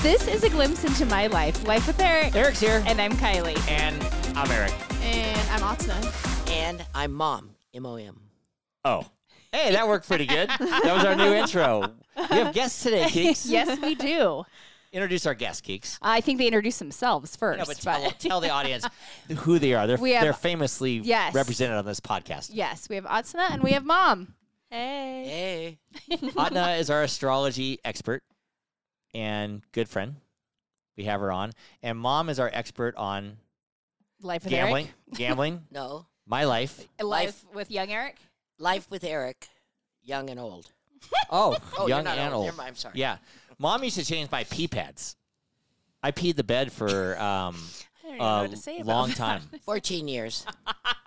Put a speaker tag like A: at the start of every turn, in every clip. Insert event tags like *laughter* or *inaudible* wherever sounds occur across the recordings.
A: This is a glimpse into my life, Life with Eric.
B: Eric's here.
A: And I'm Kylie.
B: And I'm Eric.
A: And I'm Atna.
C: And I'm mom. M O M.
B: Oh. Hey, that worked pretty good. that was our new intro. We have guests today, Keeks.
A: Yes,
D: *laughs*
A: we do.
B: Introduce our guests, Keeks.
A: I think they introduce themselves first.
B: No, but tell, tell the audience who they are. They're,
A: We have-
B: they're famously
A: Yes.
B: represented on this podcast.
A: yes, we have Atsuna and we have Mom.
D: Hey.
C: Hey.
B: Adna is our astrology expert and good friend. We have her on. And mom is our expert on
A: Life with
B: gambling, gambling,
C: No.
B: my life.
A: Eric. Life with young Eric.
C: Life with Eric, young and old.
B: Oh,
C: Oh,
B: young
C: you're not
B: and
C: old.
B: old.
C: Never mind, I'm sorry.
B: Yeah. Mom used to change my pee pads. I peed the bed for um,
D: I don't even know
B: a
D: what to say
A: *laughs*
D: about
B: long
D: that.
B: time.
C: 14 *laughs* years.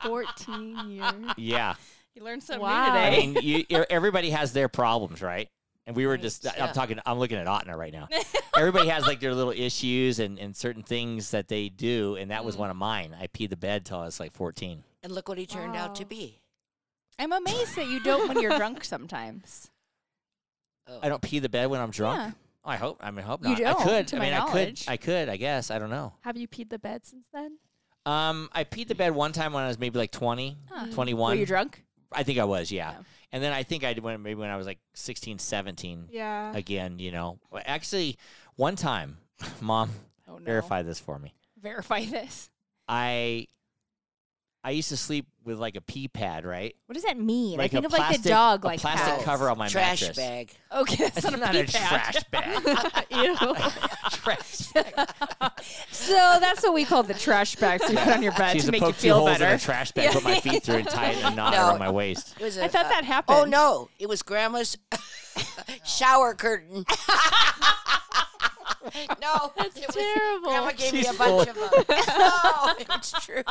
D: 14 years.
B: Yeah.
D: You learned something
A: Wow.
D: new
B: I
D: today.
B: mean, you, you- everybody has their problems, right? And we were just,
C: Yeah.
B: I'm talking, I'm looking at Otna right now. everybody has like their little issues and, and certain things that they do. And that was one of mine. I peed the bed till I was like 14.
C: And look what he turned out to
A: Wow.
C: be.
A: I'm amazed that you don't when you're
D: *laughs*
A: drunk sometimes.
C: Oh.
B: I don't pee the bed when I'm drunk. Oh,
A: Yeah.
B: I hope, I mean, I hope
A: You
B: not. I
A: don't,
B: could.
A: to
B: I
A: my
B: mean,
A: knowledge.
B: I could, I could, I guess. I don't know.
D: Have you peed the bed since then?
B: Um, I peed the bed one time when I was maybe like 20,
A: Huh.
B: 21.
A: Were you drunk?
B: I think I was, yeah.
A: Yeah.
B: And then I think I did when maybe when I was like 16, 17
D: Yeah.
B: again, you know. Well, Actually, one time, *laughs* mom,
A: Oh no.
B: verify this for me.
A: Verify this.
B: I I used to sleep with like a pee pad, right?
A: What does that mean?
B: Like
A: I think
B: a
A: of like the
B: plastic-
A: dog,
B: a
A: like
B: plastic
A: house.
B: cover on my
C: Trash
B: mattress.
C: bag.
A: Okay, that's
B: It's
A: not a,
B: not
A: pee
B: a *laughs* trash bag.
A: pad. *laughs* Ew.
B: trash.
A: So that's what we call the trash bags we put on your bed
B: She's
A: to
B: to
A: make you
B: poke two
A: feel
B: holes in
A: better.
B: a trash bag, put my feet through, and tie it in a knot
C: No.
B: around my waist.
C: It was a,
A: I thought
C: uh,
A: that happened.
C: Oh, no. It was grandma's *laughs* shower *laughs* curtain. no. That's
D: terrible.
C: Grandma gave
B: She's
C: me a
B: full
C: bunch of them. *laughs* no, it's
B: *laughs*
C: true.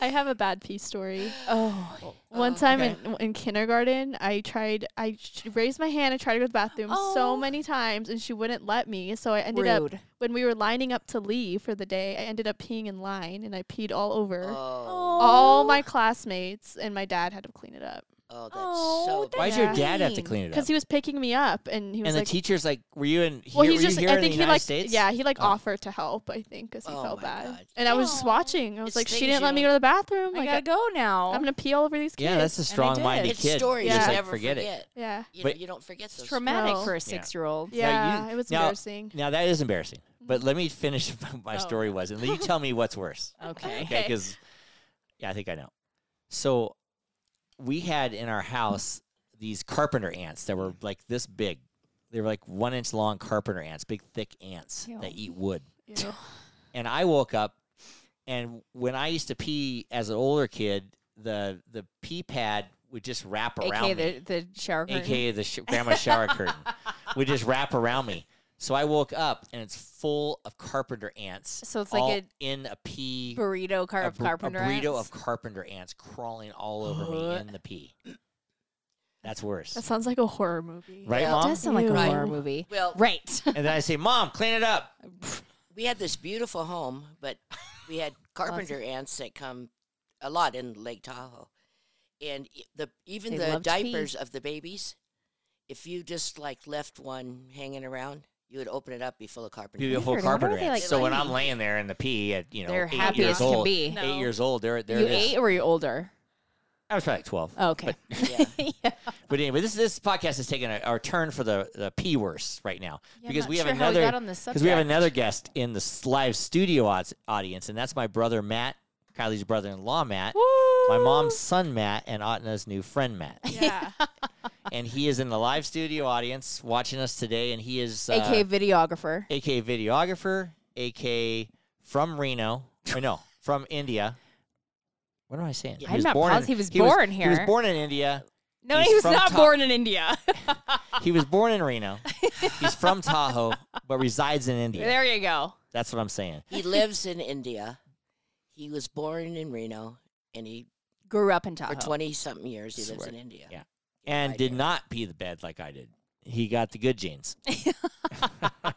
D: I have a bad pee story.
A: Oh.
D: One time in, in kindergarten, I tried, I sh- raised my hand and tried to go to the bathroom
A: Oh.
D: so many times and she wouldn't let me. So I ended
A: Rude.
D: up, when we were lining up to leave for the day, I ended up peeing in line and I peed all over.
C: Oh,
D: All my classmates and my dad had to clean it up
C: oh that's
A: Oh,
C: so
A: that's-
C: bad.
B: Why'd your dad have to
A: mean.
B: clean it up?
D: because he was picking me up and he was
B: and
D: like,
B: the teacher's like, "Were you in here?
D: Well,
B: were
D: he just,
B: you here
D: I
B: in
D: think
B: the
D: he
B: United
D: like,
B: States?"
D: yeah, he like
B: Oh.
D: offered to help, I think, because he
C: Oh
D: felt
C: my
D: bad.
C: God.
D: And I was just
A: Aw.
D: watching. I was
C: It's
D: like, she
C: things
D: didn't
C: you
D: let me go to the bathroom.
A: I
D: Like,
A: gotta
D: I,
A: go now.
D: I'm gonna pee all over these kids.
B: Yeah, that's a strong-minded
A: did.
C: It's
B: kid.
C: stories
B: Just
D: Yeah.
C: you
B: like,
C: never
B: forget it.
D: yeah,
C: You,
B: But-
C: know, you don't forget those.
A: it's traumatic
D: No.
A: for a
D: Yeah.
A: six-year-old.
D: yeah. it was
B: now-
D: embarrassing.
B: Now that is embarrassing, but let me finish *laughs* what my
A: Oh,
B: story was, and then you tell me what's worse.
A: *laughs* Okay.
B: Okay, because yeah, I think I know. So we had in our house these carpenter ants that were like this big. They were like one inch long carpenter ants, big thick ants
A: Ew.
B: that eat wood. *laughs*
D: Ew.
B: And I woke up, and when I used to pee as an older kid, the the pee pad would just wrap around
A: AKA
B: me
A: the, the shower curtain.
B: aka the sh- grandma's shower curtain, would just wrap around me. So I woke up and it's full of carpenter ants.
A: So it's like
B: all
A: a
B: in a pea,
A: burrito car-
B: a,
A: of
B: bur-
A: carpenter
B: a burrito
A: ants.
B: of carpenter ants crawling all over me in the pea. That's worse,
D: That sounds like a horror movie.
B: right,
C: Yeah.
A: It
B: mom?
A: does sound like a
D: Ew.
A: horror movie.
C: Well,
A: Right.
B: and then I say, "Mom, clean
A: *laughs*
B: it up."
C: we had this beautiful home, but *laughs*
A: *laughs*
C: we had carpenter ants that come a lot in Lake Tahoe, and e- the even
A: They
C: the
A: love to pee.
C: diapers of the babies, if you just like left one hanging around, you would open it up, be full of carpenter.
B: Be a
C: ants.
B: full
A: Weird. I wonder
B: carpenter
A: what they
B: ants.
A: like
B: so when
A: laying.
B: I'm laying there in the pee at you know
A: They're
B: eight
A: happy
B: years
A: as can
B: old,
A: be.
B: eight
D: No.
B: years old, there there
A: you
B: it is.
A: eight or you're older?
B: I was probably like twelve.
A: Oh, okay. *laughs*
C: Yeah.
B: But anyway, this this podcast is taking a, our turn for the the p worse right now
A: Yeah, I'm
B: because
A: not
B: we have
A: sure how we
B: another
A: got on this
B: we have
A: subject.
B: another guest in the s- live studio aus- audience, and that's my brother Matt, Kylie's brother-in-law Matt, my mom's son Matt, and Atna's new
A: *laughs*
B: friend Matt,
D: Yeah. *laughs*
B: and he is in the live studio audience watching us today, and he is uh,
A: AKA videographer.
B: AK videographer, AK from Reno, or no, *laughs* from India. What am I saying?
A: I'm not positive he was born
B: He was
A: here.
B: born in India.
A: No,
B: He's
A: he was
B: from
A: not
B: Ta-
A: born in India.
B: He was born in
A: *laughs*
B: Reno. He's from Tahoe, but resides in India.
A: There you go.
B: That's what I'm saying.
C: he lives in India. He was born in Reno, and he
A: Grew up in Tahoe.
C: for twenty something years he lives
B: Swear.
C: in India.
B: Yeah. And
C: I
B: did
C: did.
B: not pee the bed like I did. He got the
A: *laughs*
B: good genes.
C: Eric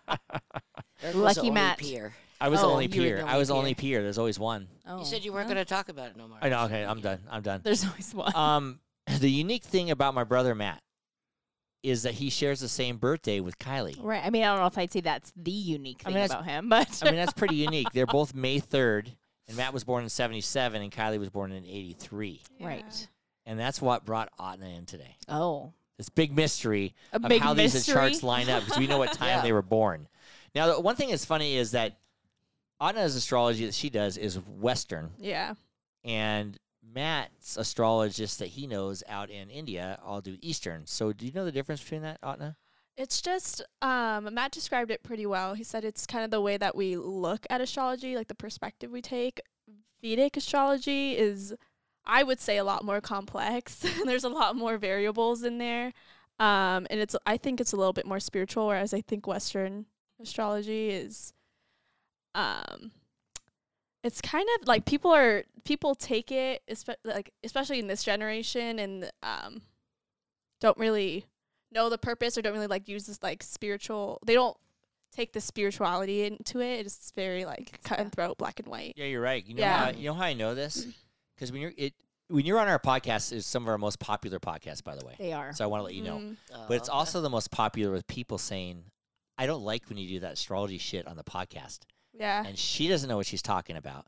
C: was the
A: Lucky
C: only
A: Matt.
C: peer.
B: I was the
A: Oh,
B: only
A: you were
B: peer.
A: the
B: I was the
A: only
B: only peer. There's always one.
A: Oh.
C: You said you weren't going to talk about it no more.
B: I know. Okay, I'm done. *laughs* I'm done.
A: There's always one.
B: Um, the unique thing about my brother Matt is that he shares the same birthday with Kylie.
A: Right. I mean, I don't know if I'd say that's the unique
B: I
A: thing
B: mean, that's-
A: about him, but
B: *laughs* I mean, that's pretty unique.
A: *laughs*
B: They're both May 3rd, and Matt was born in 77, and Kylie was born in 83.
A: right.
B: And that's what brought Atna in today.
A: Oh,
B: This big mystery
A: a
B: of
A: big
B: how
A: mystery.
B: these charts line up because we know what time
C: Yeah.
B: they were born. Now, the one thing that's funny is that Anna's astrology that she does is Western,
D: Yeah.
B: and Matt's astrologist that he knows out in India all do Eastern. So, do you know the difference between that, Atna?
D: It's just um, Matt described it pretty well. He said it's kind of the way that we look at astrology, like the perspective we take. Vedic astrology is, I would say, a lot more complex. *laughs* There's a lot more variables in there, um, and it's I think it's a little bit more spiritual, whereas I think Western astrology is, um, it's kind of like people are people take it, espe- like especially in this generation, and um, don't really know the purpose or don't really like use this like spiritual they don't take the spirituality into it it's very like cut and throat black and white
B: Yeah, you're right. You know,
D: Yeah.
B: how, you know how I know this because when you're it when you're on our podcast is some of our most popular podcasts, by the way.
A: they are.
B: So I want to let you know.
D: Mm.
B: But
C: Oh,
B: it's also the most popular with people saying, I don't like when you do that astrology shit on the podcast.
D: yeah
B: And she doesn't know what she's talking about.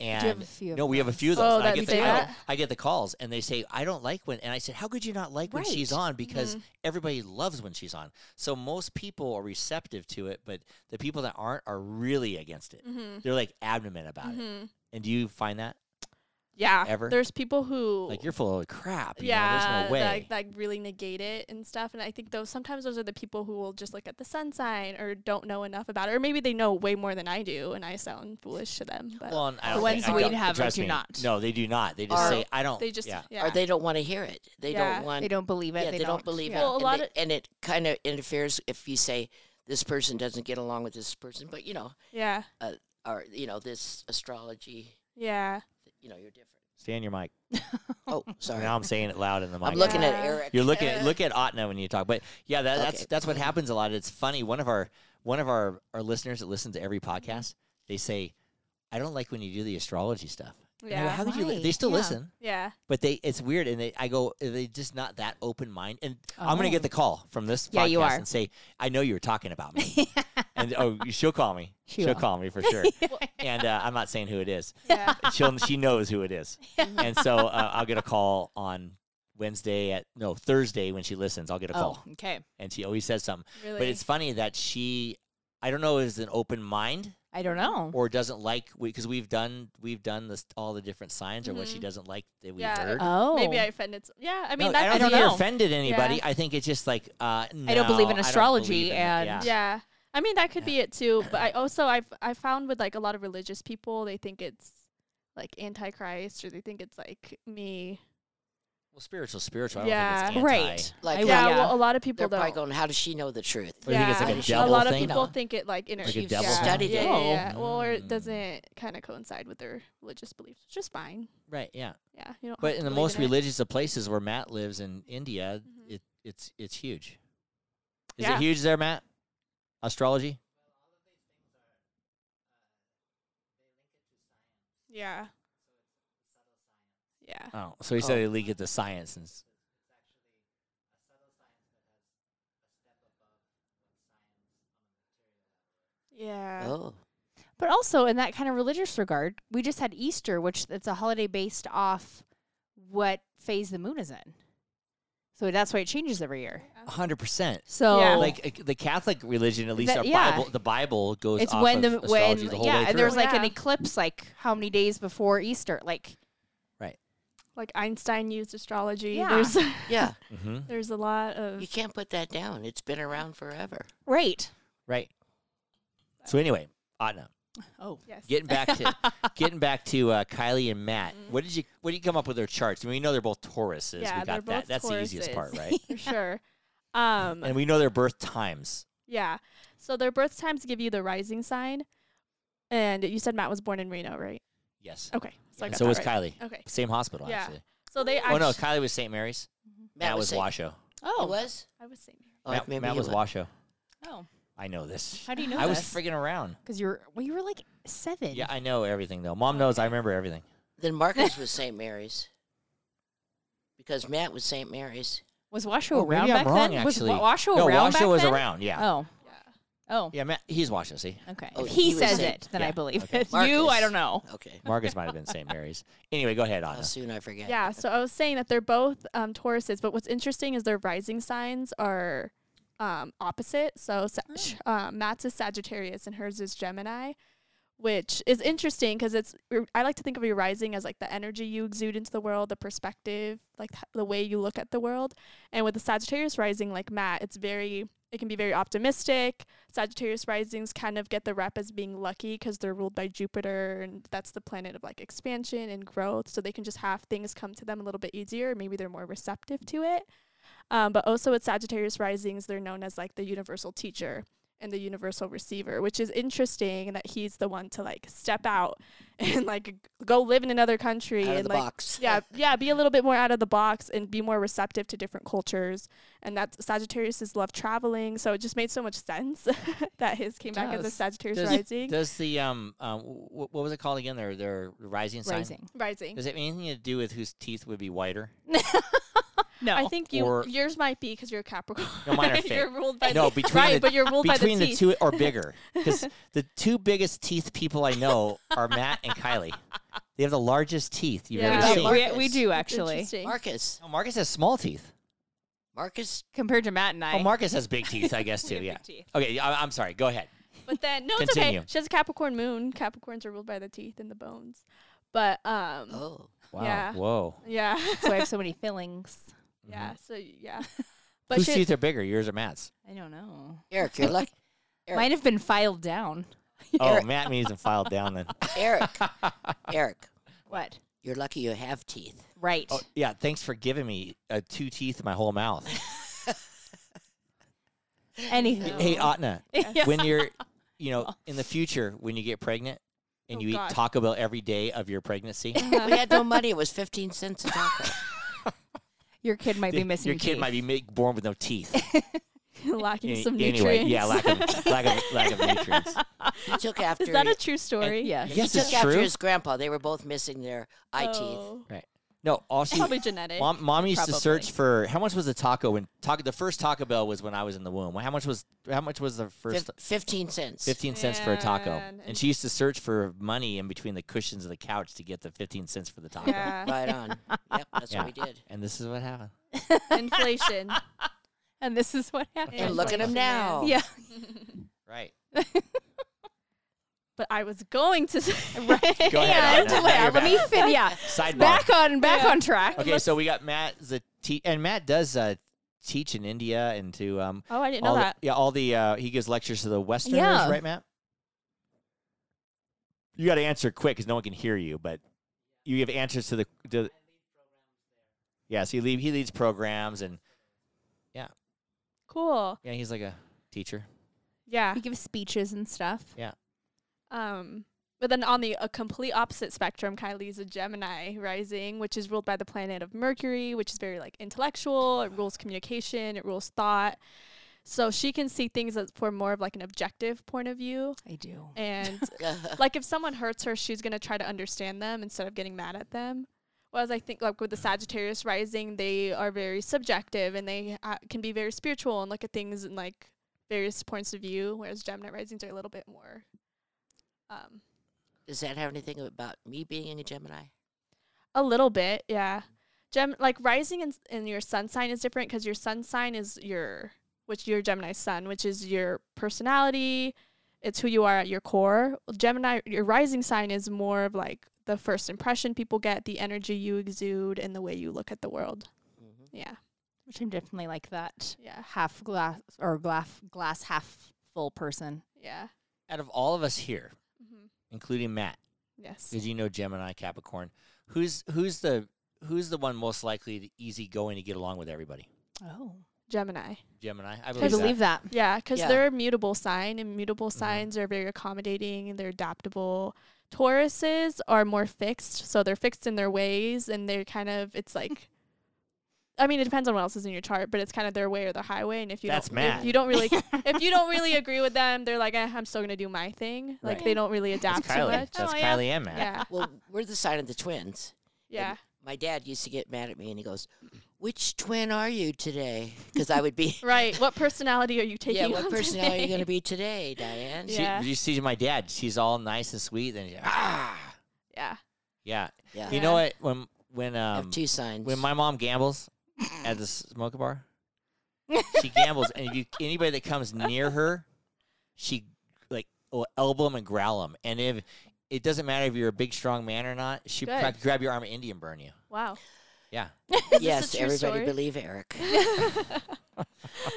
B: And
A: Do you have a few?
B: no, we have a few of
D: Oh,
B: those. and I,
D: that
B: get
D: they
B: the,
D: do
B: I,
D: that?
B: I get the calls and they say, I don't like when. And I said, How could you not like when she's
A: Right.
B: on? Because
D: Mm-hmm.
B: everybody loves when she's on. So most people are receptive to it, but the people that aren't are really against it.
D: mm-hmm.
B: They're like adamant about it.
D: hmm
B: And do you find that?
D: yeah
B: Ever?
D: there's people who
B: Like, you're full of crap. you know,
D: yeah
B: There's no way.
D: That, that really negate it and stuff and i think those sometimes those are the people who will just look at the sun sign or don't know enough about it or maybe they know way more than i do and i sound foolish to them but
B: well, and I don't
A: ones
B: think, I
A: we'd
B: don't-
A: have
B: trust
A: do
B: me,
A: not.
B: No, they do not. They just
C: Are-
B: say, I don't.
D: they just yeah,
B: yeah.
C: or they don't want to hear it. They
D: Yeah.
C: don't want.
A: They don't believe it.
C: yeah, they, don't, believe
A: yeah.
C: it.
D: Well, a
C: and,
D: lot
C: they-
D: of-
C: and it kind of interferes if you say this person doesn't get along with this person, but you know,
D: yeah
C: or you know, this astrology,
D: yeah
C: you know, you're different.
B: Stay on your mic.
C: Oh, sorry.
B: Now I'm saying it loud in the mic.
C: I'm looking at
D: Yeah.
C: Eric.
B: You're looking at look at Atna when you talk, but yeah, that, that's
C: Okay.
B: that's
A: Mm-hmm.
B: what happens a lot. It's funny. One of our one of our our listeners that listens to every podcast, they say, "I don't like when you do the astrology stuff." And I go,
D: Yeah.
B: how could you? li-"
A: Why?
B: They still
A: Yeah.
B: listen, *laughs*
D: yeah
B: but they it's weird. And they I go, are they just not that open minded. And I'm gonna get the call from this
A: Oh. Yeah,
B: podcast
A: you are.
B: and say, "I know you were talking about me,"
A: *laughs*
B: and oh, she'll call me.
A: She
B: will
A: will. *laughs*
B: call me for sure. and uh, I'm not saying who it is.
D: yeah
B: She'll she knows who it is.
A: *laughs*
C: Mhm.
B: and so uh, I'll get a call on Wednesday at no Thursday when she listens. I'll get a
A: Oh,
B: call,
A: okay.
B: and she always says something.
D: really
B: But it's funny that she, I don't know, is an open mind
A: I don't know.
B: or doesn't like because we, have done we've done this all the different signs or what she doesn't like that we've
D: Yeah.
B: heard.
A: Oh,
D: maybe i offended s- yeah i mean
B: no, I
A: Mm-hmm. I
B: don't
D: that could
B: think
A: don't
B: it
A: know.
B: offended anybody. I think it's just like uh,
A: I don't believe in
B: no, I don't
A: astrology
B: believe in it.
A: and-
B: yeah.
D: Yeah. I mean that could be it too, but I also I've I found with like a lot of religious people they think it's like antichrist or they think it's like me.
B: Well, spiritual, spiritual. I don't think
D: Yeah.
B: it's anti.
A: right.
C: Like,
A: I-
C: yeah,
D: yeah, well a lot of people
C: They're probably
D: don't.
C: going, how does she know the truth?
B: Or you think it's like a
C: Yeah.
B: devil
D: a lot
B: thing?
D: of people
C: No.
D: think it like inner
B: Like a
D: Eve's-
B: devil
D: yeah.
C: Studied
D: yeah,
C: it.
D: yeah,
A: Oh.
D: yeah. Well, or
B: Mm.
D: it doesn't kind of coincide with their religious beliefs, which is fine.
B: Right. Yeah.
D: Yeah, you don't.
B: But
D: have
B: in
D: to
B: the
D: believe
B: most
D: in it.
B: religious of places where Matt lives in India,
D: Mhm.
B: it it's it's huge. Is
D: Yeah.
B: it huge there, Matt? Astrology?
D: yeah, yeah,
B: Oh, so he
C: Oh.
B: said they leak it to science and. s-
D: yeah.
C: Oh,
A: But also in that kind of religious regard, we just had Easter, which it's a holiday based off what phase the moon is in. So that's why it changes every year.
D: Oh.
B: A hundred percent.
A: So
D: Yeah.
B: Like uh, the Catholic religion, at least
A: That-
B: our
A: yeah.
B: Bible, the Bible goes.
A: it's
B: off
A: when
B: of
A: the
B: astrology
A: when
B: the whole
A: yeah,
B: way
A: and there's
B: through.
A: like an
D: Yeah.
A: eclipse, like how many days before Easter? Like
D: Like Einstein used astrology.
A: Yeah.
D: There's *laughs*
C: yeah.
B: hmm
D: there's a lot of
C: You can't put that down. It's been around forever.
A: right?
B: right. So anyway, Atna,
A: Oh,
D: yes.
B: getting back
D: *laughs*
B: to getting back to uh, Kylie and Matt. What did you what did you come up with their charts? we know they're both Tauruses.
D: Mm-hmm. Yeah,
B: we got
D: they're
B: that.
D: both
B: That's the easiest
D: Tauruses.
B: part,
D: *laughs*
B: right?
D: for sure. Um,
B: and we know their birth times.
D: Yeah. So their birth times give you the rising sign. And you said Matt was born in Reno, right?
B: Yes.
D: Okay. So, I
B: And
D: got
B: so
D: that
B: was
D: right.
B: Kylie.
D: Okay.
B: Same hospital,
D: Yeah.
B: actually.
D: So they
B: Oh
D: actually.
B: no, Kylie was St. Mary's. Matt, was,
C: saying-
B: Washoe.
A: oh,
C: He was?
D: I was saying.
C: Oh,
B: Matt,
C: maybe
B: Matt
C: he
B: was Washoe.
A: oh.
B: I know this.
A: How do you know?
B: I was friggin' around.
A: because you were well, you were like seven.
B: Yeah, I know everything though. Mom knows I remember everything.
C: Then Marcus was St. Mary's. Because Matt was St. Mary's.
A: Was Washoe
B: Oh,
A: around
B: maybe I'm
A: back
B: wrong,
A: then?
B: actually.
A: Was Wa- Washoe
B: no,
A: around
B: Washoe
A: back
B: was
A: then?
B: around. Yeah.
A: Oh, oh,
B: Yeah, Matt, he's Washoe. See,
A: okay.
C: Oh,
A: if he,
C: he was
A: says
C: there.
A: it, then
B: Yeah,
A: I believe
B: okay.
A: it. *laughs* You, I
C: Marcus.
A: don't know.
C: Okay.
B: Marcus might have been St. Mary's. Anyway, go ahead,
C: How
B: Anna.
C: soon I forget.
D: Yeah, so I was saying that they're both um, Tauruses, but what's interesting is their rising signs are um, opposite. So Sa- sh- uh, Matt's is Sagittarius and hers is Gemini, which is interesting because it's r- I like to think of your rising as like the energy you exude into the world, the perspective, like th- the way you look at the world. And with the Sagittarius rising, like Matt, it's very it can be very optimistic. Sagittarius risings kind of get the rep as being lucky because they're ruled by Jupiter, and that's the planet of like expansion and growth. So they can just have things come to them a little bit easier. Maybe they're more receptive to it. Um, but also with Sagittarius risings, they're known as like the universal teacher and the universal receiver, which is interesting that he's the one to like step out *laughs* and like g- go live in another country
C: Out
D: and
C: of the
D: like
C: box.
D: yeah, yeah, be a little bit more out of the box and be more receptive to different cultures. And that's Sagittarius love traveling, so it just made so much sense *laughs* that his came back as a
A: Does-
D: Sagittarius
B: does-
D: rising.
B: Does the um, um wh- what was it called again? Their their rising sign.
A: Rising.
D: rising.
B: Does it have anything to do with whose teeth would be whiter?
A: No.
D: I think you
B: Or-
D: yours might be because you're a Capricorn.
B: *laughs* No, mine are fake.
D: *laughs* you're ruled by
B: No,
D: the,
B: between
D: right,
B: the-
D: but you're ruled by the
B: Between the
D: teeth.
B: two
D: *laughs*
B: or bigger, because the two biggest teeth people I know are Matt and Kylie. They have the largest teeth you've
D: Yeah.
B: ever
A: Uh,
B: seen.
C: Mark-
A: we, we
C: Marcus.
A: do
D: It's
A: actually
D: interesting.
C: Marcus.
B: No, Marcus has small teeth.
C: Marcus.
A: compared to Matt and I.
B: Oh, Marcus has big teeth, I
D: *laughs*
B: guess too.
A: have
B: yeah.
A: big teeth.
B: Okay, I, I'm sorry. Go ahead.
D: But then no, it's
B: Continue.
D: okay. She has a Capricorn moon. Capricorns are ruled by the teeth and the bones. But um,
C: Oh.
B: Wow.
D: Yeah.
B: Whoa.
D: yeah, *laughs*
B: Mm-hmm.
A: so I have so many fillings.
D: yeah. So yeah, but
B: whose
D: she,
B: teeth are bigger, yours or
D: *laughs*
B: Matt's?
A: *laughs* I don't know.
C: Eric,
B: *laughs*
C: you're lucky. Eric.
A: Might have been filed down.
B: Oh, Matt needs to file down
D: *laughs*
B: then.
C: Eric. Eric.
A: What?
C: You're lucky you have
D: *laughs*
C: teeth.
A: Right.
B: Oh, yeah. Thanks for giving me uh, two teeth in my whole
D: *laughs*
B: mouth.
A: Anything.
B: Hey, Atna,
A: *laughs* Yeah.
B: when
D: *laughs*
B: you're, you know, in the future, when you get pregnant and
D: Oh,
B: you
D: God.
B: eat Taco Bell every day of your
D: *laughs*
B: pregnancy,
C: we had no money. It was 15 cents a taco.
A: Your kid might be
B: your
A: missing.
B: kid
A: teeth.
B: might be mi- born with no teeth.
D: *laughs* lacking
B: Any-
D: some nutrients.
B: anyway, yeah, lack of, lack of, lack of nutrients.
C: He took after.
D: *laughs* Is that a true story?
A: Yes.
C: he
B: Yes,
C: took
B: it's
C: after
B: true.
C: his grandpa. They were both missing their eye teeth.
D: Oh.
B: No, also,
D: Probably genetic.
B: mom, mom used to search
A: Probably.
B: for how much was the taco when taco. The first Taco Bell was when I was in the womb. How much was how much was the
C: Fif-
B: first
C: 15 cents.
B: 15 cents for a taco.
D: Man,
B: And she used to search for money in between the cushions of the couch to get the 15 cents for the taco.
D: *laughs* Yeah.
C: *laughs* Right on. Yep, that's
B: Yeah.
C: what we did.
B: And this is what happened.
D: Inflation.
A: And this is what happened.
C: And look at
A: *laughs*
C: him
D: Inflation,
C: now.
D: man.
A: Yeah.
B: Right.
D: But I was going to say *laughs*
A: *laughs* Right.
B: Go ahead,
A: and
B: Anna. Now
A: well,
B: you're
A: let me fit. Yeah.
B: Sidebar.
A: Back on back
D: Yeah.
A: on track.
B: Okay, so we got Matt the te- and Matt does uh, teach in India and to um
D: Oh, I didn't
B: all
D: know
B: the-
D: that.
B: yeah, all the uh, he gives lectures to the Westerners,
A: Yeah.
B: right, Matt? You got to answer quick because no one can hear you, but you give answers to the. To, yeah, so he, lead, he leads programs and
D: Cool.
B: yeah, he's like a teacher.
D: Yeah.
A: He gives speeches and stuff.
D: Um but then on the a complete opposite spectrum, Kylie's a Gemini rising, which is ruled by the planet of Mercury, which is very like intellectual, it rules communication, it rules thought. So she can see things as- for more of like an objective point of view.
A: I do.
D: And
C: *laughs* That's
D: like if someone hurts her, she's gonna try to understand them instead of getting mad at them. Whereas I think like with the Sagittarius rising, they are very subjective and they uh, can be very spiritual and look at things in like various points of view. Whereas Gemini risings are a little bit more. Um,
C: *laughs* Does that have anything about me being a Gemini?
D: a little bit, yeah. Gem like rising in, s- in your sun sign is different because your sun sign is your which your Gemini sun, which is your personality. It's who you are at your core. Gemini, your rising sign is more of like the first impression people get, the energy you exude, and the way you look at the world.
C: Mm-hmm.
D: Yeah,
A: Which I'm definitely like that
D: yeah,
A: half glass or glass glass half full person.
D: yeah.
B: Out of all of us here,
D: hmm
B: including Matt,
D: Yes.
B: because you know Gemini, Capricorn, who's who's the who's the one most likely to easy going to get along with everybody?
A: Oh.
D: Gemini.
B: Gemini, I
A: I
B: believe,
A: believe
B: that. *laughs*
A: that.
D: Yeah, because
C: Yeah.
D: they're a mutable sign, and mutable
B: Mm-hmm.
D: signs are very accommodating and they're adaptable. Tauruses are more fixed, so they're fixed in their ways, and they're kind
B: *laughs*
D: of it's like, I mean, it depends on what else is in your chart, but it's kind of their way or the highway. And if you
B: That's
D: don't,
B: Matt.
D: If you
B: *laughs*
D: don't really, if you don't really agree with them, they're like, eh, I'm still gonna do my thing. Like
B: Right.
D: they don't really
B: That's
D: adapt too
B: Kylie.
D: much.
B: That's
A: Oh, yeah.
B: Kylie and *laughs* Matt.
D: Yeah,
C: Well, we're the sign of the twins.
D: yeah.
C: My dad used to get mad at me and he goes, which twin are you today? Because I would be.
D: Right. What personality are you taking?
C: yeah, what
D: on
C: personality are you going to be today,
D: today?
C: Diane?
B: She,
D: Yeah.
B: You see my dad. She's all nice and sweet, and she- ah,
D: *laughs* Yeah.
B: yeah.
C: Yeah.
B: You know what? When when
C: I
B: um
C: have two signs.
B: when my mom gambles at the smoke bar, she gambles, and if you anybody that comes near her, she like will elbow them and growl them, and if it doesn't matter if you're a big strong man or not, she
D: Good.
B: pra- grab your arm and Indian burn you.
D: Wow.
B: Yeah,
D: Is this
C: *laughs*
D: a
C: yes,
D: true
C: everybody
D: story?
C: believe Eric.